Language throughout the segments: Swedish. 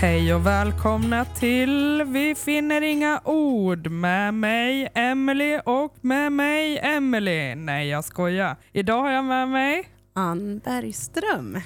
Hej och välkomna till Vi finner inga ord med mig Emily och med mig Emily. Nej, jag skojar. Idag har jag med mig Ann Bergström.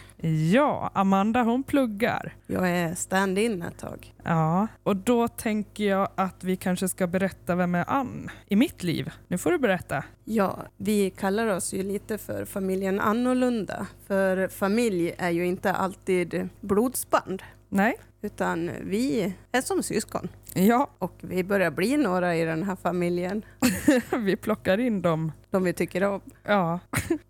Ja, Amanda hon pluggar. Jag är stand-in ett tag. Ja, och då tänker jag att vi kanske ska berätta vem är Ann i mitt liv. Nu får du berätta. Ja, vi kallar oss ju lite för familjen Annorlunda. För familj är ju inte alltid blodsband, Nej? utan vi är som syskon. Ja, Och vi börjar bli några i den här familjen, vi plockar in dem. de vi tycker om. Ja,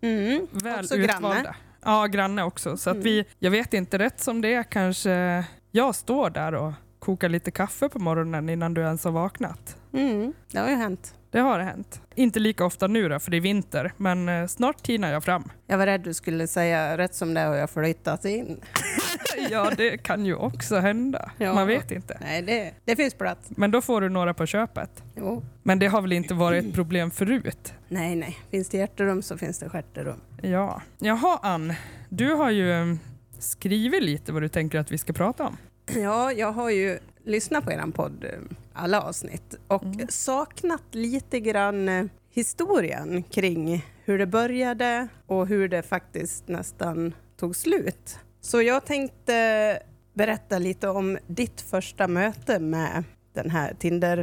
Mm. väl Också granne. utvalda. Ja, granne också. Så att Mm. vi, jag vet inte, rätt som det är kanske jag står där och kokar lite kaffe på morgonen innan du ens har vaknat. Mm. Det har ju hänt. Det har hänt. Inte lika ofta nu då, för det är vinter, men eh, snart tinar jag fram. Jag var rädd du skulle säga rätt som det har jag flyttat in. Ja, det kan ju också hända. Ja. Man vet inte. Nej, det, det finns plats. Men då får du några på köpet. Jo. Men det har väl inte varit ett problem förut? Nej, nej. Finns det hjärterum så finns det stjärterum. Ja. Jaha, Ann. Du har ju eh, skrivit lite vad du tänker att vi ska prata om. Ja, jag har ju lyssnat på er podd, eh, alla avsnitt, och Mm. saknat lite grann eh, historien kring hur det började och hur det faktiskt nästan tog slut. Så jag tänkte berätta lite om ditt första möte med den här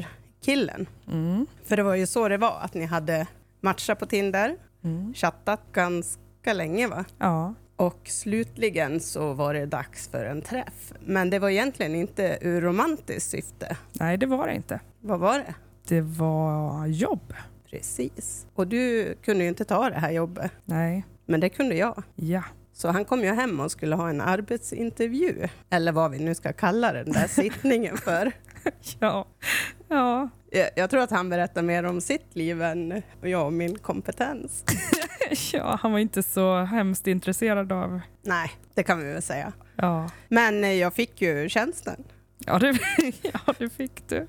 Tinder-killen. Mm. För det var ju så det var, att ni hade matchat på Tinder, Mm. chattat ganska länge va? Ja. Och slutligen så var det dags för en träff. Men det var egentligen inte ur romantiskt syfte. Nej, det var det inte. Vad var det? Det var jobb. Precis. Och du kunde ju inte ta det här jobbet, Nej. men det kunde jag. Ja. Så han kom ju hem och skulle ha en arbetsintervju, eller vad vi nu ska kalla den där sittningen för. Ja. Ja. Jag- Jag tror att han berättar mer om sitt liv än jag och min kompetens. ja, han var inte så hemskt intresserad av... Nej, det kan vi väl säga. Ja, Men eh, jag fick ju tjänsten ja, det, ja det fick du.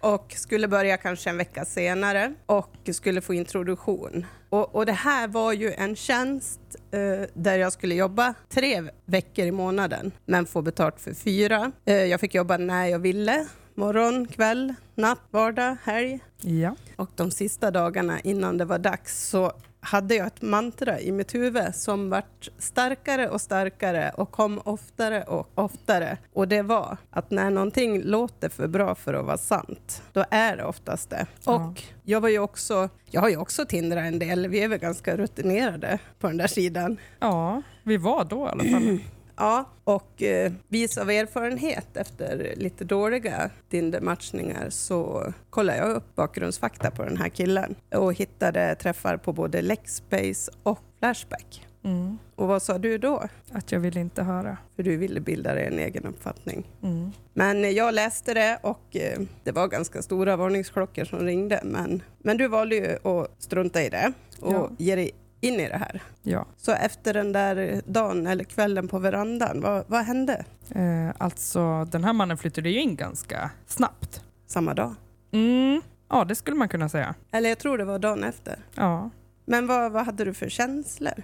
och skulle börja kanske en vecka senare och skulle få introduktion. Och, och det här var ju en tjänst eh, där jag skulle jobba tre veckor i månaden men få betalt för fyra. Eh, jag fick jobba när jag ville, morgon, kväll, natt, vardag, helg. Ja. Och de sista dagarna innan det var dags så hade jag ett mantra i mitt huvud som vart starkare och starkare och kom oftare och oftare. Och det var att när någonting låter för bra för att vara sant, då är det oftast det. Ja. Och jag var ju också, jag har ju också tindrat en del, vi är väl ganska rutinerade på den där sidan. ja, vi var då i alla fall. Ja, och eh, vis av erfarenhet efter lite dåliga Tinder-matchningar så kollade jag upp bakgrundsfakta på den här killen och hittade träffar på både Lexbase och Flashback. Mm. Och vad sa du då? Att jag ville inte höra. För du ville bilda dig en egen uppfattning. Mm. Men eh, jag läste det och eh, det var ganska stora varningsklockor som ringde. Men, men du valde ju att strunta i det och Ja. ge dig in i det här. Ja. Så efter den där dagen eller kvällen på verandan, vad, vad hände Eh, alltså, den här mannen flyttade ju in ganska snabbt. samma dag? Mm. Ja, det skulle man kunna säga. Eller jag tror det var dagen efter. Ja. Men vad, vad hade du för känslor?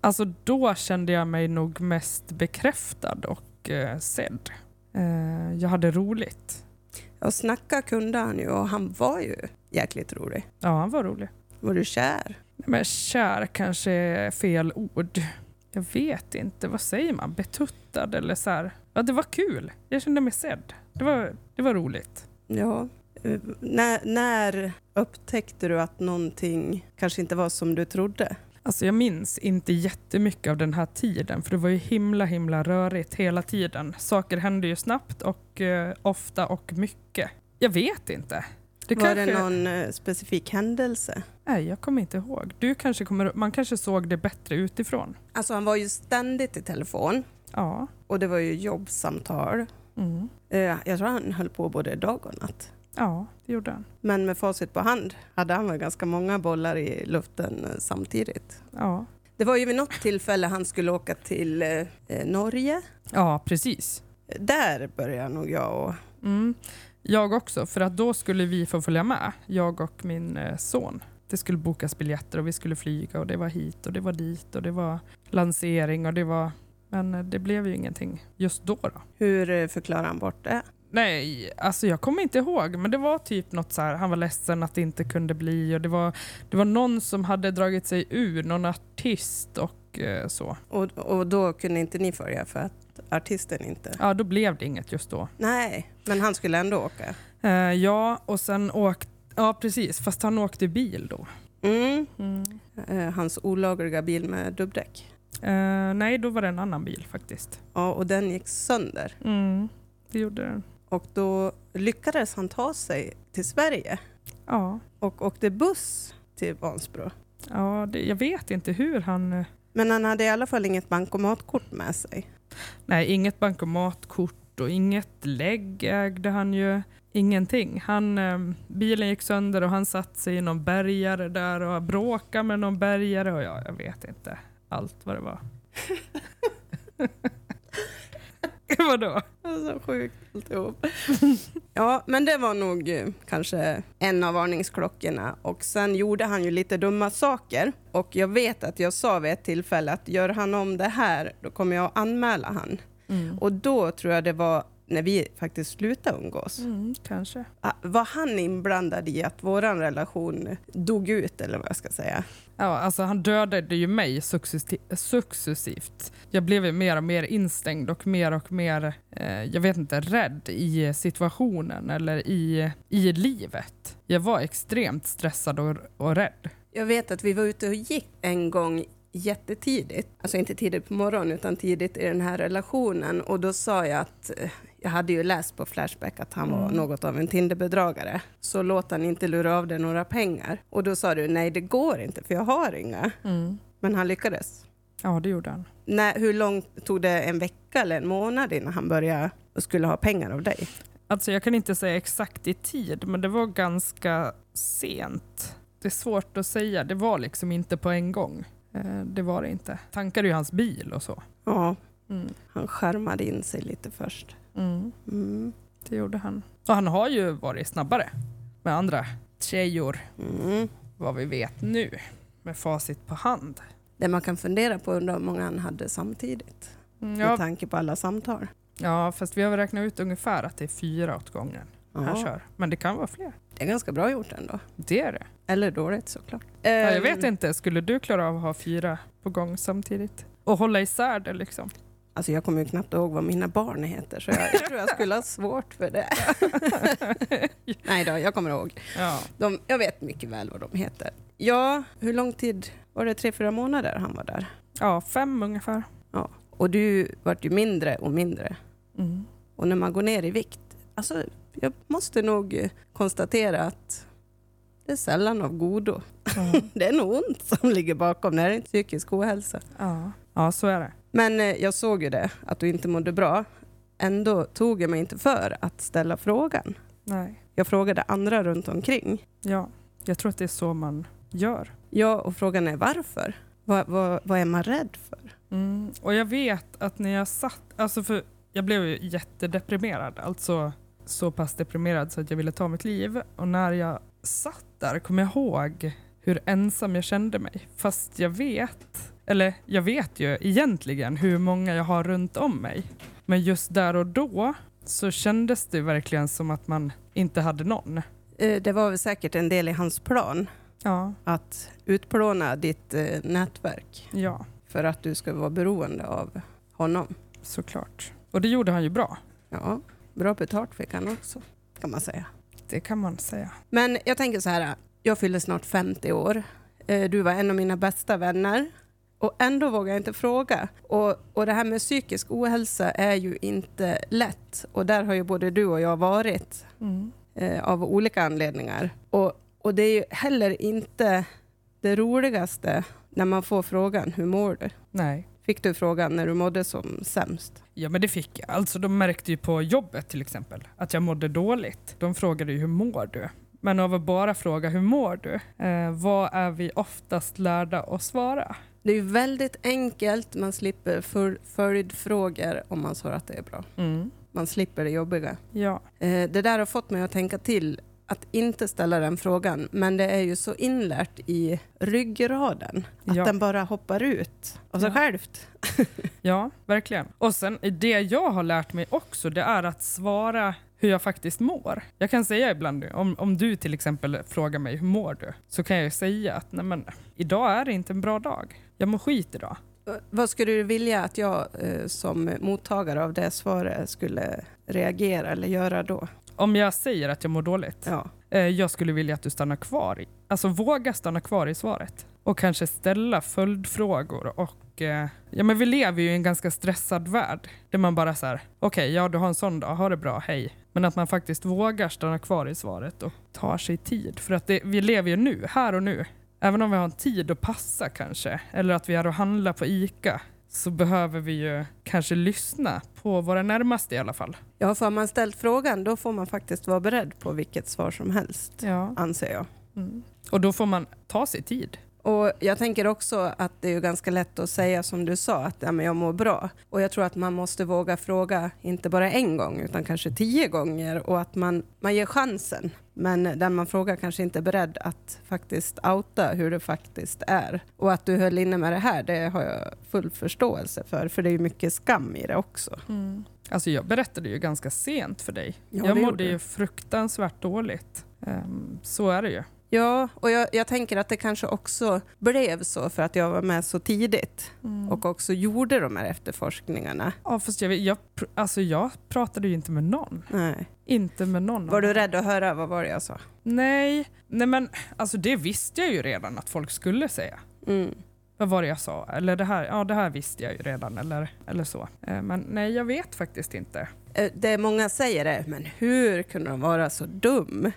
Alltså, då kände jag mig nog mest bekräftad och eh, sedd. Eh, jag hade roligt. Och snacka kunde han ju och han var ju jäkligt rolig. Ja, han var rolig. Var du kär? Nej, Men kär kanske är fel ord. Jag vet inte, vad säger man? Betuttad eller så här. Ja, det var kul. Jag kände mig sedd. Det var, det var roligt. Ja. Eh, När, när upptäckte du att någonting kanske inte var som du trodde? Alltså jag minns inte jättemycket av den här tiden för det var ju himla himla rörigt hela tiden. Saker hände ju snabbt och eh, ofta och mycket. Jag vet inte. Det var det någon eh, specifik händelse? Nej, jag kommer inte ihåg. Du kanske kommer, man kanske såg det bättre utifrån. Alltså han var ju ständigt i telefon Ja. och det var ju jobbsamtal. Mm. Eh, Jag tror han höll på både dag och natt. Ja, det gjorde han. Men med facit på hand hade han väl ganska många bollar i luften eh, samtidigt. Ja, Det var ju vid något tillfälle han skulle åka till eh, Norge. ja precis. Där började nog jag och... Mm. Jag också, för att då skulle vi få följa med, jag och min eh, son. Det skulle bokas biljetter och vi skulle flyga och det var hit och det var dit och det var lansering och det var Men eh, det blev ju ingenting just då. då. Hur eh, förklarar han bort det? Nej, alltså jag kommer inte ihåg, men det var typ något så här, han var ledsen att det inte kunde bli och det var, det var någon som hade dragit sig ur, någon artist och eh, så. Och, och då kunde inte ni följa för att artisten inte... Ja, då blev det inget just då. Nej, men han skulle ändå åka. Eh, ja, och sen åkte, ja precis, fast han åkte bil då. Mm. Eh, Hans olagliga bil med dubbdäck. Eh, nej, då var det en annan bil faktiskt. Ja, och den gick sönder. Mm. Det gjorde den. Och då lyckades han ta sig till Sverige Ja, och åkte buss till Vansbro. ja det, jag vet inte hur han... eh, Men han hade i alla fall inget bankomatkort med sig. Nej, inget bankomatkort och inget lägg ägde han ju. Ingenting. Han, eh, bilen gick sönder och han satt sig i någon bergare där och bråkade med någon bergare och jag, jag vet inte allt vad det var. Vadå? Alltså sjukt alltihop. ja, men det var nog eh, kanske en av varningsklockorna. Och sen gjorde han ju lite dumma saker. Och jag vet att jag sa vid ett tillfälle att gör han om det här, då kommer jag att anmäla han. Mm. Och då tror jag det var när vi faktiskt slutade umgås. Mm, kanske. Ah, Var han inblandad i att vår relation dog ut, eller vad jag ska säga? Ja, alltså han dödade ju mig successi- successivt. Jag blev ju mer och mer instängd och mer och mer, eh, jag vet inte, rädd i situationen eller i, i livet. Jag var extremt stressad och, och rädd. Jag vet att vi var ute och gick en gång jättetidigt, alltså inte tidigt på morgonen utan tidigt i den här relationen och då sa jag att eh, jag hade ju läst på Flashback att han var något av en Tinderbedragare. Så låt han inte lura av dig några pengar. Och då sa du nej det går inte för jag har inga. Men han lyckades. Ja, det gjorde han. När, hur långt tog det? En vecka eller en månad innan han började och skulle ha pengar av dig? Alltså jag kan inte säga exakt i tid, men det var ganska sent. Det är svårt att säga, det var liksom inte på en gång. Eh, det var det inte. Tankade ju hans bil och så. Ja, Mm. han skärmade in sig lite först. Mm. Det gjorde han. Och han har ju varit snabbare med andra tjejor, Mm. vad vi vet nu, med facit på hand. Det man kan fundera på undrar hur många han hade samtidigt. med Mm, Ja, tanke på alla samtal. ja, fast vi har väl räknat ut ungefär att det är fyra åt gången han Ja, kör. Men det kan vara fler. det är ganska bra gjort ändå. Det är det. Eller dåligt såklart. Ehm, Ja, jag vet inte, skulle du klara av att ha fyra på gång samtidigt? Och hålla isär det liksom? Alltså jag kommer ju knappt ihåg vad mina barn heter så jag, jag tror jag skulle ha svårt för det. Nej då, jag kommer ihåg. Ja. De, jag vet mycket väl vad de heter. Ja, hur lång tid var det? Tre, fyra månader han var där? ja, fem ungefär. Och du vart ju mindre och mindre. Mm. Och när man går ner i vikt, alltså jag måste nog eh, konstatera att det är sällan av godo. Ja. Det är nog ont som ligger bakom, det här är inte psykisk ohälsa. Ja. ja, så är det. Men eh, jag såg ju det, att du inte mådde bra. Ändå tog jag mig inte för att ställa frågan. Nej. Jag frågade andra runt omkring. Ja, jag tror att det är så man gör. Ja, och frågan är varför? Vad, vad, vad är man rädd för? Mm, och jag vet att när jag satt, alltså för jag blev ju jättedeprimerad, alltså så pass deprimerad så att jag ville ta mitt liv. Och när jag satt där kom jag ihåg hur ensam jag kände mig. Fast jag vet, eller jag vet ju egentligen hur många jag har runt om mig. Men just där och då så kändes det verkligen som att man inte hade någon. Eh, Det var väl säkert en del i hans plan, Ja, att utplåna ditt eh, nätverk ja, för att du ska vara beroende av honom. såklart. Och det gjorde han ju bra. Ja, bra betalt fick han också, kan man säga. Det kan man säga. Men jag tänker så här, jag fyller snart 50 år. Eh, Du var en av mina bästa vänner. Och ändå vågar jag inte fråga. Och, och det här med psykisk ohälsa är ju inte lätt. Och där har ju både du och jag varit Mm. eh, av olika anledningar. Och, och det är ju heller inte det roligaste när man får frågan, hur mår du? Nej. Fick du frågan när du mådde som sämst? Ja men det fick jag. Alltså de märkte ju på jobbet till exempel att jag mådde dåligt. De frågade ju hur mår du? Men av att bara fråga hur mår du? Eh, vad är vi oftast lärda att svara? Det är ju väldigt enkelt, man slipper för, följdfrågor om man svarar att det är bra. Man slipper det jobbiga. Ja. Eh, Det där har fått mig att tänka till att inte ställa den frågan, men det är ju så inlärt i ryggraden att Ja. den bara hoppar ut av sig Ja. självt. Ja, verkligen. Och sen det jag har lärt mig också, det är att svara hur jag faktiskt mår. Jag kan säga ibland, nu, om, om du till exempel frågar mig hur mår du? Så kan jag ju säga att nej men, idag är det inte en bra dag. Jag mår skit idag. Eh, Vad skulle du vilja att jag eh, som mottagare av det svaret skulle reagera eller göra då? Om jag säger att jag mår dåligt, Ja. eh, jag skulle vilja att du stannar kvar. I, alltså våga stanna kvar i svaret. Och kanske ställa följdfrågor. Och, eh, ja, men vi lever ju i en ganska stressad värld. Där man bara så här, okej, ja du har en sån dag, ha det bra, hej. Men att man faktiskt vågar stanna kvar i svaret och tar sig tid. För att det, vi lever ju nu, här och nu. Även om vi har en tid att passa kanske, eller att vi är och handlar på ICA, så behöver vi ju kanske lyssna på våra närmaste i alla fall. ja, för har man ställt frågan då får man faktiskt vara beredd på vilket svar som helst, Ja. anser jag. Mm. Och då får man ta sig tid. Och Jag tänker också att det är ju ganska lätt att säga som du sa, att ja, men jag mår bra. Och Jag tror att man måste våga fråga, inte bara en gång, utan kanske tio gånger. Och att man, man ger chansen. Men den man frågar kanske inte är beredd att faktiskt outa hur det faktiskt är. Och att du höll inne med det här, det har jag full förståelse för. För det är ju mycket skam i det också. Alltså jag berättade ju ganska sent för dig. Ja, jag mådde det gjorde ju du. fruktansvärt dåligt. Ehm, så är det ju. Ja, och jag, jag tänker att det kanske också blev så för att jag var med så tidigt. Mm. Och också gjorde de här efterforskningarna. Ja, fast jag, jag, pr- alltså jag pratade ju inte med någon. Nej. Inte med någon. av Var du dem. rädd att höra vad var det jag sa? Nej, nej men alltså det visste jag ju redan att folk skulle säga. Mm. Vad var det jag sa? Eller det här, ja det här visste jag ju redan eller, eller så. Ehm, men nej, jag vet faktiskt inte. Eh, Det många säger är, men hur kunde de vara så dum?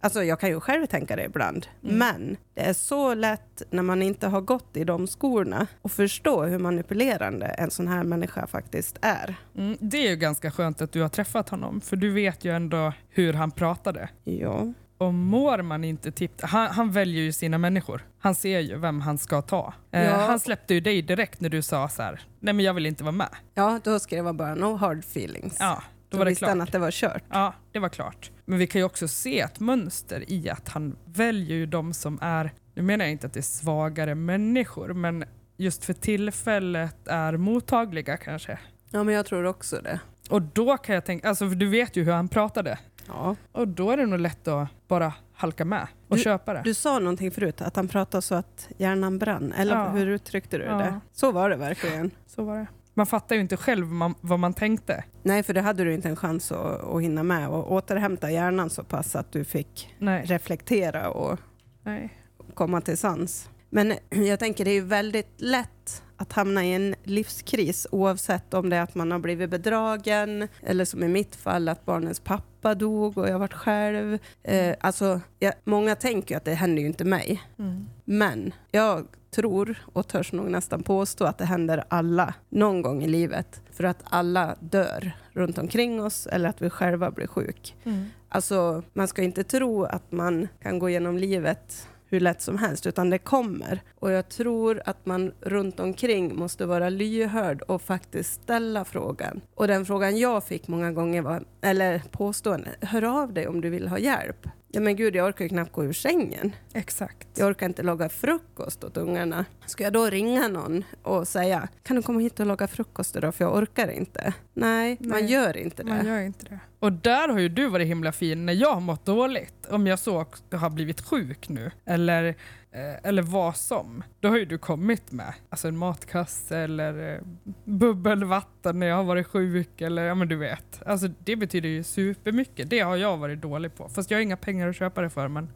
Alltså jag kan ju själv tänka det ibland, Mm. men det är så lätt när man inte har gått i de skorna och förstå hur manipulerande en sån här människa faktiskt är. Mm, det är ju ganska skönt att du har träffat honom för du vet ju ändå hur han pratade. Ja. Och mår man inte tipp... Han, han väljer ju sina människor. Han ser ju vem han ska ta. Eh, Ja. Han släppte ju dig direkt när du sa så här, nej men jag vill inte vara med. ja, då skrev han bara no hard feelings. Ja, då, då var det visste klart. han att det var kört. Ja, det var klart. Men vi kan ju också se ett mönster i att han väljer ju de som är, nu menar jag inte att det är svagare människor, men just för tillfället är mottagliga kanske. Ja, men jag tror också det. Och då kan jag tänka, alltså för du vet ju hur han pratade. Ja. Och då är det nog lätt att bara halka med och köpa det. Du sa någonting förut, att han pratade så att hjärnan brann, eller Ja. hur uttryckte du Ja. det? Så var det verkligen. Så var det. Man fattar ju inte själv man, vad man tänkte. Nej, för det hade du inte en chans att, att hinna med och återhämta hjärnan så pass att du fick Nej. reflektera och Nej. komma till sans. Men jag tänker det är ju väldigt lätt att hamna i en livskris oavsett om det är att man har blivit bedragen eller som i mitt fall att barnens pappa dog och jag varit själv. Eh, alltså, jag, många tänker ju att det händer ju inte mig. Mm. Men jag tror och törs nog nästan påstå att det händer alla någon gång i livet. För att alla dör runt omkring oss eller att vi själva blir sjuk. Mm. Alltså, man ska inte tro att man kan gå igenom livet hur lätt som helst, utan det kommer. Och jag tror att man runt omkring måste vara lyhörd och faktiskt ställa frågan. Och den frågan jag fick många gånger var, eller påstående, hör av dig om du vill ha hjälp. Ja men gud, jag orkar ju knappt gå ur sängen. Exakt. Jag orkar inte laga frukost åt ungarna. Ska jag då ringa någon och säga, kan du komma hit och laga frukost idag för jag orkar inte? Nej, man Nej, gör inte det. Man gör inte det. Och där har ju du varit himla fin när jag har mått dåligt. Om jag så också har blivit sjuk nu, eller, eh, eller vad som. Då har ju du kommit med alltså en matkasse eller eh, bubbelvatten när jag har varit sjuk. Eller, ja, men du vet. Alltså, det betyder ju supermycket. Det har jag varit dålig på. Fast jag har inga pengar att köpa det för. Men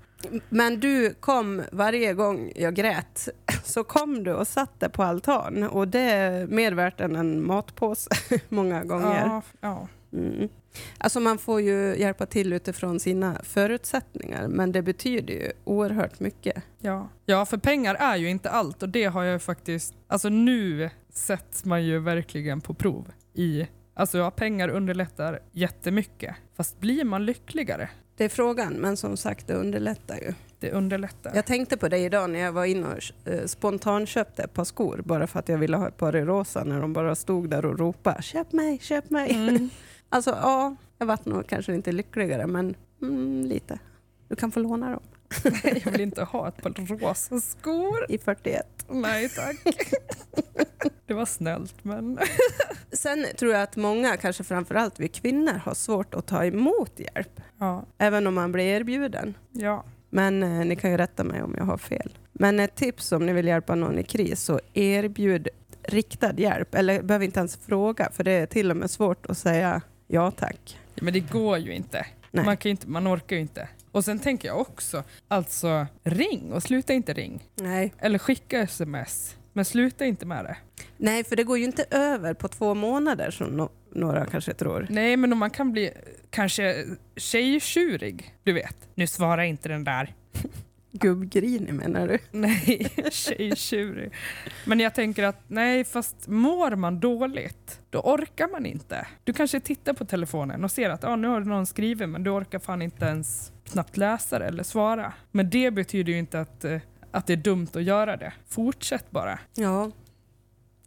Men du kom varje gång jag grät, så kom du och satte på altan och det är mer värt än en matpåse många gånger. ja, ja. Mm. Alltså man får ju hjälpa till utifrån sina förutsättningar men det betyder ju oerhört mycket. Ja. ja, för pengar är ju inte allt och det har jag ju faktiskt... Alltså nu sätts man ju verkligen på prov i... Alltså ja, pengar underlättar jättemycket. Fast blir man lyckligare? Det är frågan, men som sagt det underlättar ju. Det underlättar. Jag tänkte på det idag när jag var inne och eh, spontanköpte ett par skor bara för att jag ville ha ett par i rosa när de bara stod där och ropade köp mig, köp mig. Mm. Alltså ja, jag vart nog kanske inte lyckligare men mm, lite. Du kan få låna dem Jag vill inte ha ett par rosa skor. i 41. Nej tack. Det var snällt men... Sen tror jag att många, kanske framförallt vi kvinnor, har svårt att ta emot hjälp, Ja. även om man blir erbjuden. ja. Men eh, ni kan ju rätta mig om jag har fel. Men ett tips om ni vill hjälpa någon i kris, så erbjud riktad hjälp. Eller behöver inte ens fråga, för det är till och med svårt att säga ja tack. Men det går ju inte. Nej. Man, kan ju inte. man orkar ju inte. Och sen tänker jag också, alltså ring och sluta inte ring. Nej. Eller skicka sms, men sluta inte med det. Nej, för det går ju inte över på två månader som no- några kanske tror. Nej, men om man kan bli kanske tjejtjurig, du vet. Nu svarar inte den där. Gubbgrinig menar du? Nej, tjejtjurig. Men jag tänker att nej, fast mår man dåligt, då orkar man inte. Du kanske tittar på telefonen och ser att ah, nu har någon skrivit, men du orkar fan inte ens knappt läsa det eller svara. Men det betyder ju inte att, eh, att det är dumt att göra det. Fortsätt bara. Ja.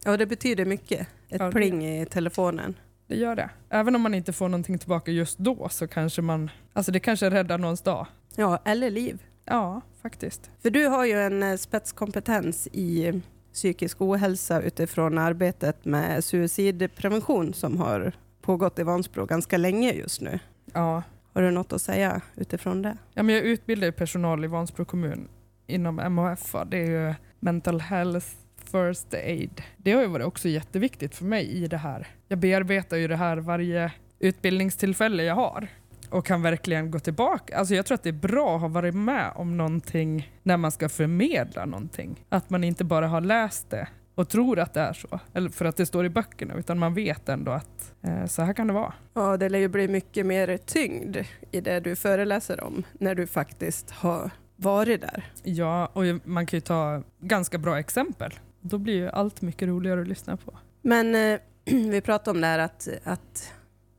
Ja, det betyder mycket. Ett Ja, det- pling i telefonen. Det gör det. Även om man inte får någonting tillbaka just då så kanske man, alltså det kanske räddar någons dag. Ja, eller liv. Ja, faktiskt. För du har ju en eh, spetskompetens i eh, psykisk ohälsa utifrån arbetet med suicidprevention som har pågått i Vansbro ganska länge just nu. Ja, Har du något att säga utifrån det? Ja, men jag utbildar ju personal i Vansbro kommun inom MHF. va. Det är ju Mental Health First Aid. Det har ju varit också jätteviktigt för mig i det här. Jag bearbetar ju det här varje utbildningstillfälle jag har och kan verkligen gå tillbaka. Alltså jag tror att det är bra att ha varit med om någonting när man ska förmedla någonting. Att man inte bara har läst det och tror att det är så, eller för att det står i böckerna, utan man vet ändå att eh, så här kan det vara. Ja, det lär ju bli mycket mer tyngd i det du föreläser om när du faktiskt har varit där. Ja, och ju- man kan ju ta ganska bra exempel. Då blir ju allt mycket roligare att lyssna på. Men eh, vi pratade om det här att, att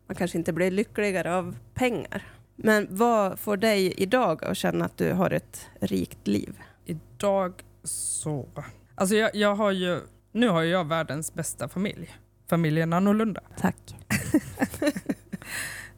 man kanske inte blir lyckligare av pengar. Men vad får dig idag att känna att du har ett rikt liv? Idag så... Alltså jag, jag har ju... Nu har ju jag världens bästa familj. Familjen Annorlunda. Tack.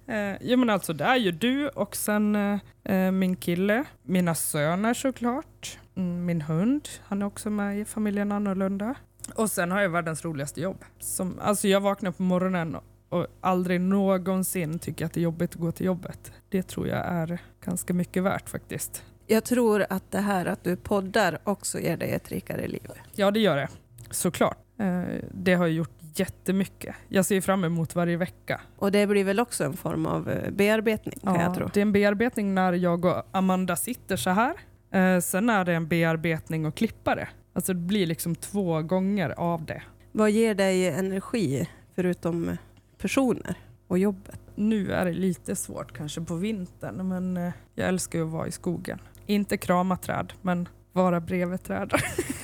Eh, jo men alltså det är ju du och sen eh, eh, min kille, mina söner såklart, mm, min hund, han är också med i familjen Annorlunda. Och sen har jag världens roligaste jobb. Som, alltså jag vaknar på morgonen och aldrig någonsin tycker jag att det är jobbigt att gå till jobbet. Det tror jag är ganska mycket värt faktiskt. Jag tror att det här att du poddar också ger dig ett rikare liv. Ja, det gör det. Såklart. Eh, det har ju gjort jättemycket. Jag ser fram emot varje vecka. Och det blir väl också en form av eh, bearbetning kan jag tro. Det är en bearbetning när jag och Amanda sitter så här. Eh, sen är det en bearbetning och klippa det. Alltså det blir liksom två gånger av det. Vad ger dig energi förutom personer och jobbet? Nu är det lite svårt kanske på vintern men eh, jag älskar ju att vara i skogen. Inte krama träd men vara bredvid träd.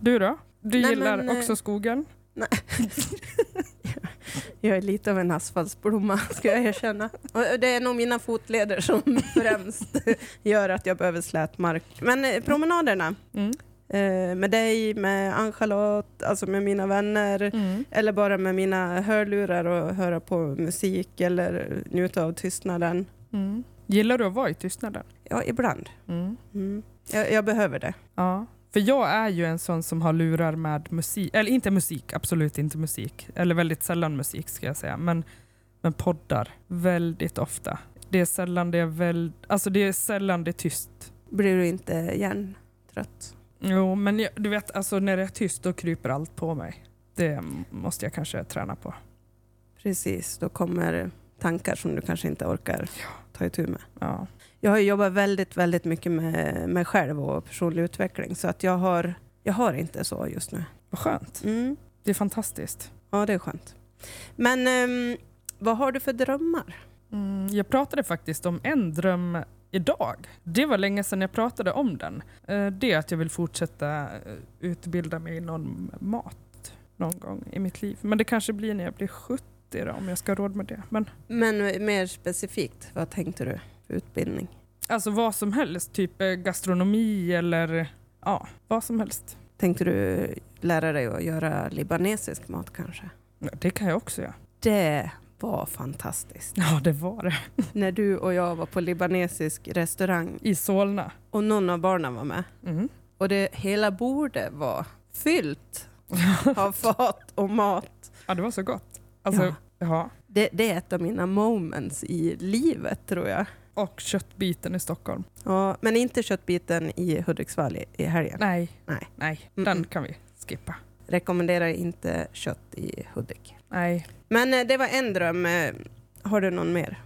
Du då? Du Nej, gillar men, eh, också skogen? Jag är lite av en asfaltsblomma ska jag erkänna. Och det är nog mina fotleder som främst gör att jag behöver slät mark. Men eh, promenaderna Mm. eh, med dig, med Ann-Charlotte, alltså med mina vänner. Mm. Eller bara med mina hörlurar och höra på musik eller njuta av tystnaden. Mm. Gillar du att vara i tystnaden? Ja, ibland. Mm. Mm. Jag, jag behöver det. Ja, för jag är ju en sån som har lurar med musik, eller inte musik, absolut inte musik, eller väldigt sällan musik ska jag säga, men, men poddar väldigt ofta. Det är sällan det är väl, alltså det är sällan det är tyst. Blir du inte hjärntrött? Jo, men jag, du vet, alltså när det är tyst då kryper allt på mig. Det måste jag kanske träna på. Precis, då kommer tankar som du kanske inte orkar ta itu med. Ja. Jag har ju jobbat väldigt, väldigt mycket med mig själv och personlig utveckling så att jag har, jag har inte så just nu. Vad skönt. Mm. Det är fantastiskt. Ja, det är skönt. Men ehm, vad har du för drömmar? Mm, jag pratade faktiskt om en dröm idag. Det var länge sedan jag pratade om den. Eh, Det är att jag vill fortsätta eh, utbilda mig inom mat någon gång i mitt liv. Men det kanske blir när jag blir 70 då, om jag ska ha råd med det. Men Men mer specifikt, vad tänkte du för utbildning? alltså vad som helst, typ eh, gastronomi eller ja, vad som helst. Tänkte du lära dig att göra libanesisk mat kanske? Det kan jag också göra. Det var fantastiskt. Ja, det var det. När du och jag var på libanesisk restaurang I Solna. och någon av barnen var med Mm. och det hela bordet var fyllt av fat och mat. Ja, det var så gott. Alltså, Ja. ja. Det, det är ett av mina moments i livet tror jag. Och köttbiten i Stockholm. Ja, men inte köttbiten i Hudiksvall i, i helgen. Nej. Nej. Nej, Mm-mm. den kan vi skippa. Rekommenderar inte kött i Hudik. Nej. Men eh, det var en dröm. Eh, Har du någon mer?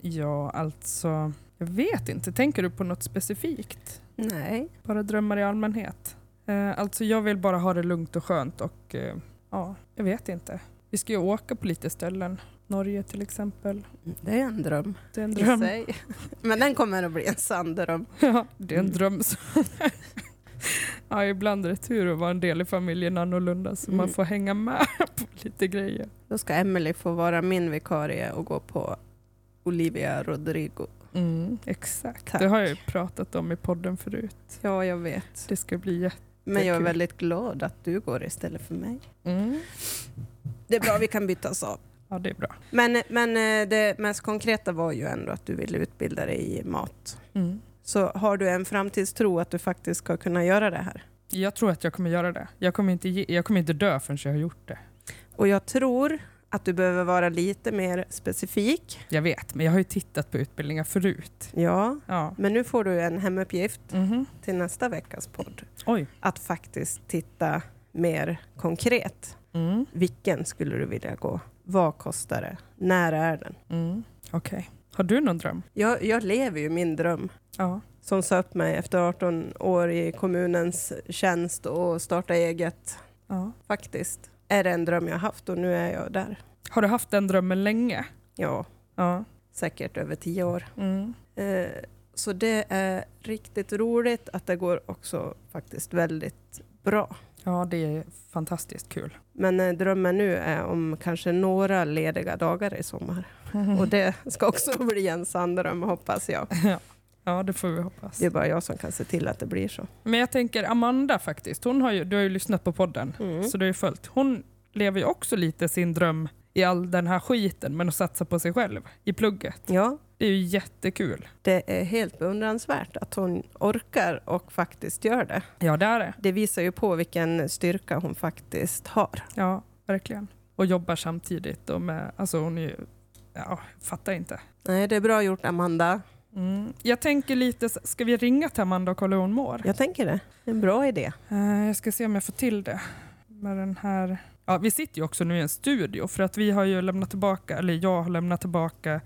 Ja, alltså. Jag vet inte. Tänker du på något specifikt? Nej. Bara drömmar i allmänhet? Eh, alltså, jag vill bara ha det lugnt och skönt och eh, ja, jag vet inte. Vi ska ju åka på lite ställen. Norge till exempel. Det är en dröm. Det är en i dröm. sig. Men den kommer att bli en sann dröm. Ja, det är en Mm. dröm. som- ja, ibland är det tur att vara en del i familjen annorlunda så man Mm. får hänga med på lite grejer. Då ska Emily få vara min vikarie och gå på Olivia Rodrigo. Exakt. Tack. Det har jag ju pratat om i podden förut. Ja, jag vet. Det ska bli jätte... Men jag är kul. väldigt glad att du går istället för mig. Mm. Det är bra, vi kan bytas av. Ja, det är bra. Men, men eh, det mest konkreta var ju ändå att du ville utbilda dig i mat. Så har du en framtidstro att du faktiskt ska kunna göra det här? Jag tror att jag kommer göra det. Jag kommer, inte ge, jag kommer inte dö förrän jag har gjort det. Och jag tror att du behöver vara lite mer specifik. Jag vet, men jag har ju tittat på utbildningar förut. Ja, Ja. men nu får du en hemuppgift Mhm. till nästa veckas podd. Oj. Att faktiskt titta mer konkret. Mm. Vilken skulle du vilja gå? Vad kostar det? När är den? Mm. Okej. Har du någon dröm? Jag, jag lever ju min dröm Ja. som sa upp mig efter 18 år i kommunens tjänst och starta eget ja. faktiskt. Är det en dröm jag haft och nu är jag där. Har du haft den drömmen länge? Ja, Ja. säkert över tio år. Mm. Eh, Så det är riktigt roligt att det går också faktiskt väldigt bra. Ja, det är fantastiskt kul. Men eh, drömmen nu är om kanske några lediga dagar i sommar. Och det ska också bli en sann dröm hoppas jag. Ja, det får vi hoppas. Det är bara jag som kan se till att det blir så. Men jag tänker Amanda faktiskt, hon har ju, du har ju lyssnat på podden, Mm. så du har ju följt. Hon lever ju också lite sin dröm i all den här skiten, men att satsa på sig själv i plugget. Ja, Det är ju jättekul. det är helt beundransvärt att hon orkar och faktiskt gör det. Ja, det är det. Det visar ju på vilken styrka hon faktiskt har. Ja, verkligen. Och jobbar samtidigt. Och med, alltså hon är ju, ja, jag fattar inte. Nej, det är bra gjort Amanda. Mm. Jag tänker lite, så- ska vi ringa till Amanda och kolla hur hon mår? Jag tänker det. Det är En bra idé. Eh, Jag ska se om jag får till det. Med den här... ja, vi sitter ju också nu i en studio för att vi har ju lämnat tillbaka, eller jag har lämnat tillbaka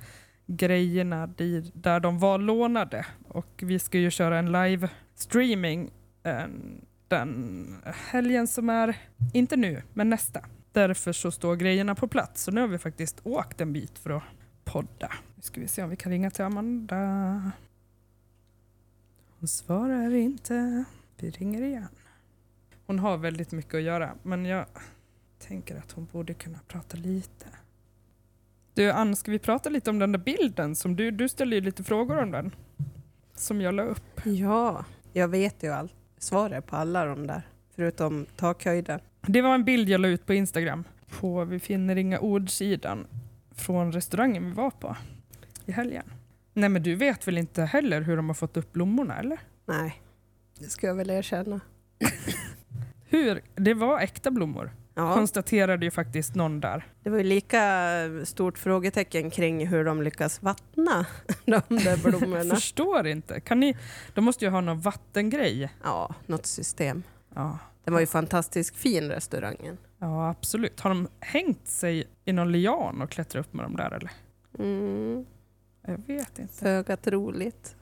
grejerna di- där de var lånade. Och vi ska ju köra en live streaming eh, den helgen som är, inte nu, men nästa. Därför så står grejerna på plats. Så nu har vi faktiskt åkt en bit för att podda. Nu ska vi se om vi kan ringa till Amanda. Hon svarar inte. Vi ringer igen. Hon har väldigt mycket att göra, men jag tänker att hon borde kunna prata lite. Du Ann, ska vi prata lite om den där bilden? Som du, du ställde ju lite frågor om den. Som jag la upp. Ja, jag vet ju allt. Svaret på alla de där, förutom takhöjden. Det var en bild jag la ut på Instagram. På Vi finner inga ord-sidan. Från restaurangen vi var på i helgen. Nej men du vet väl inte heller hur de har fått upp blommorna eller? Nej, det ska jag väl erkänna. Hur? Det var äkta blommor. Ja, Konstaterade ju faktiskt någon där. det var ju lika stort frågetecken kring hur de lyckas vattna de där blommorna. Förstår inte. Kan ni, de måste ju ha någon vattengrej. Ja, något system. Ja. Den var ju fantastiskt fin restaurangen. ja, absolut. Har de hängt sig i någon lian och klättrat upp med dem där eller? Mm, Jag vet inte. föga troligt.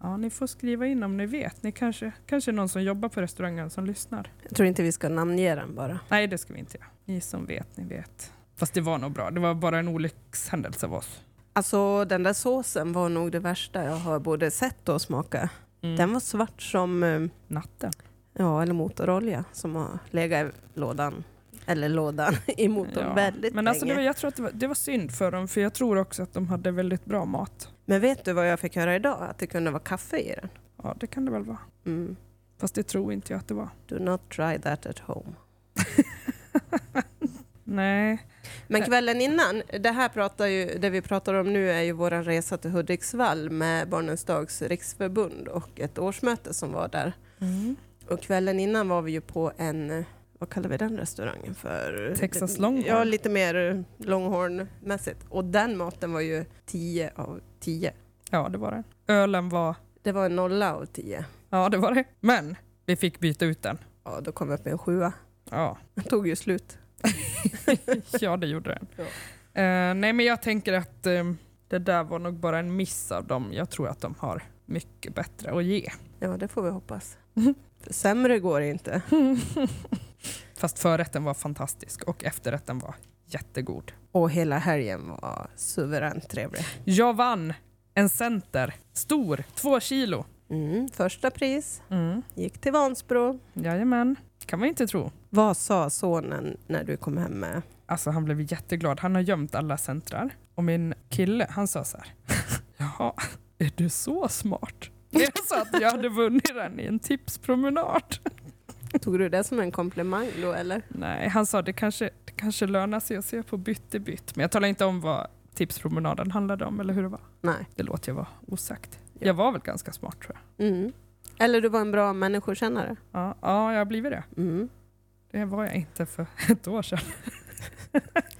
Ja, ni får skriva in om ni vet. Ni kanske, kanske är någon som jobbar på restaurangen som lyssnar. Jag tror inte vi ska namnge den bara. Nej, det ska vi inte göra. Ni som vet, ni vet. Fast det var nog bra. Det var bara en olyckshändelse av oss. Alltså den där såsen var nog det värsta jag har både sett och smakat. Mm. Den var svart som eh, Natten. Ja, eller motorolja som har legat i lådan. Eller lådan i motorn Ja. väldigt Men länge. alltså, det var, jag tror att det var, det var synd för dem, för jag tror också att de hade väldigt bra mat. Men vet du vad jag fick höra idag? Att det kunde vara kaffe i den. Ja, det kan det väl vara. Mm. Fast det tror inte jag att det var. Do not try that at home. Nej, Men kvällen innan, det här pratar ju, det vi pratar om nu är ju vår resa till Hudiksvall med Barnens Dags Riksförbund och ett årsmöte som var där. Mm. Och kvällen innan var vi ju på en, vad kallar vi den restaurangen för? Texas Longhorn. Ja, lite mer Longhorn-mässigt. Och den maten var ju 10 av 10. Ja, det var det. Ölen var... Det var en nolla av 10. Ja, det var det. Men vi fick byta ut den. Ja, då kom vi upp i en sjua. Ja, Den tog ju slut. ja det gjorde den. Ja. Eh, nej, men jag tänker att eh, det där var nog bara en miss av dem. Jag tror att de har mycket bättre att ge. Ja, det får vi hoppas. För sämre går det inte. Fast förrätten var fantastisk och efterrätten var jättegod. Och hela helgen var suveränt trevlig. Jag vann en center, stor, två kilo. Mm, första pris Mm. gick till Vansbro. Jajamän, kan man inte tro. Vad sa sonen när du kom hem med? Alltså han blev jätteglad. Han har gömt alla centrar. Och min kille, han sa så här. Jaha, är du så smart? Jag sa att jag hade vunnit den i en tipspromenad. Tog du det som en komplimang då eller? Nej, han sa det kanske, det kanske lönar sig att se på byttebytt. Men jag talade inte om vad tipspromenaden handlade om eller hur det var. Nej. Det låter jag vara osagt. Ja. Jag var väl ganska smart tror jag. Mm. Eller du var en bra människokännare? Ja, ja jag har blivit det. Mm. Det var jag inte för ett år sedan.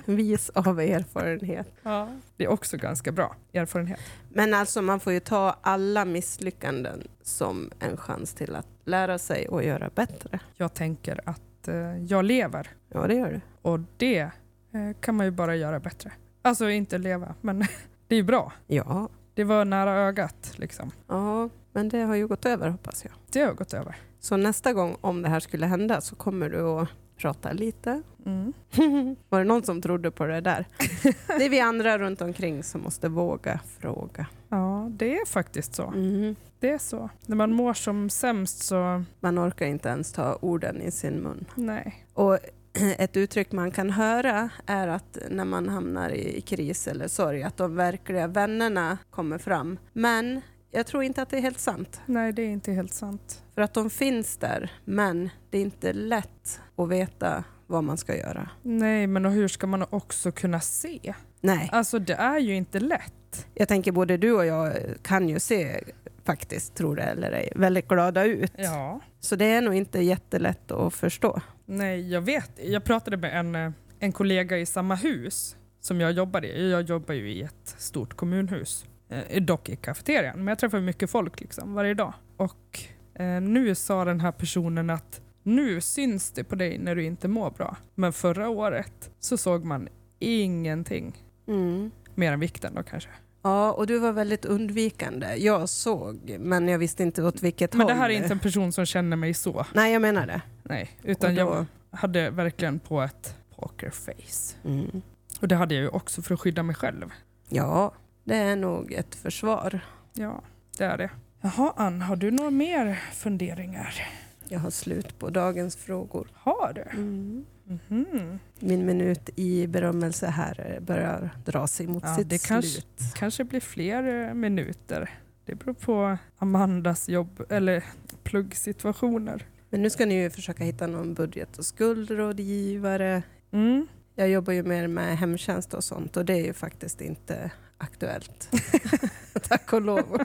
Vis av erfarenhet. Ja. Det är också ganska bra erfarenhet. Men alltså man får ju ta alla misslyckanden som en chans till att lära sig och göra bättre. Jag tänker att eh, jag lever Ja, det gör du. och det eh, kan man ju bara göra bättre. Alltså inte leva, men det är ju bra. Ja. Det var nära ögat liksom. Ja, men det har ju gått över hoppas jag. Det har gått över. Så nästa gång om det här skulle hända så kommer du att prata lite. Mm. Var det någon som trodde på det där? Det är vi andra runt omkring som måste våga fråga. Ja, det är faktiskt så. Det är så. När man mår som sämst så, Man orkar inte ens ta orden i sin mun. nej. Och ett uttryck man kan höra är att när man hamnar i kris eller sorg, att de verkliga vännerna kommer fram. Men jag tror inte att det är helt sant. Nej, det är inte helt sant. För att de finns där, men det är inte lätt att veta vad man ska göra. Nej, men och hur ska man också kunna se? Nej, Alltså det är ju inte lätt. jag tänker både du och jag kan ju se, faktiskt, tror det eller ej, väldigt glada ut. Ja. Så det är nog inte jättelätt att förstå. Nej, jag vet. Jag pratade med en, eh, en kollega i samma hus som jag jobbar i. Jag jobbar ju i ett stort kommunhus, eh, dock i kafeterian. Men jag träffar mycket folk liksom, varje dag. Och eh, nu sa den här personen att nu syns det på dig när du inte mår bra. Men förra året så såg man ingenting. Mer än vikten då kanske. Ja, och du var väldigt undvikande. Jag såg, men jag visste inte åt vilket Men det håll. här är inte en person som känner mig så. Nej, jag menar det. Nej, utan Och jag hade verkligen på ett pokerface. Mm. Och det hade jag ju också för att skydda mig själv. Ja, det är nog ett försvar. Ja, det är det. Jaha, Ann, har du några mer funderingar? Jag har slut på dagens frågor. Har du? Mhm. Min minut i berömmelse här börjar dra sig mot Ja, sitt det kanske- slut. kanske blir fler eh, minuter. Det beror på Amandas jobb eller pluggsituationer. Men nu ska ni ju försöka hitta någon budget och skuldrådgivare. Mm. Jag jobbar ju mer med hemtjänst och sånt och det är ju faktiskt inte aktuellt. Tack och lov.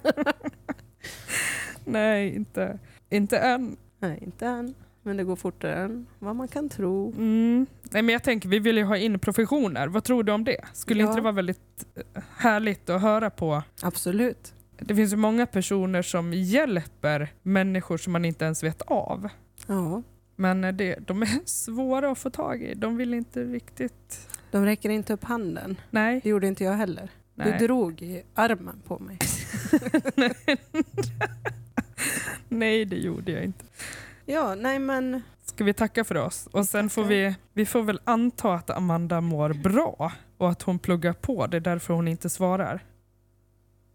Nej, inte, inte än. Nej, inte än. Men det går fortare än vad man kan tro. Mm. Nej, men jag tänker, vi vill ju ha in professioner. Vad tror du om det? Skulle Ja. inte det vara väldigt eh, härligt att höra på? Absolut. Det finns ju många personer som hjälper människor som man inte ens vet av. Ja. Men eh, det, de är svåra att få tag i. De vill inte riktigt... De räcker inte upp handen. Nej. Det gjorde inte jag heller. Du Nej. drog i armen på mig. nej, det gjorde jag inte. Ja, nej men Ska vi tacka för oss? Och sen får tackar. vi, vi får väl anta att Amanda mår bra och att hon pluggar på. Det är därför hon inte svarar.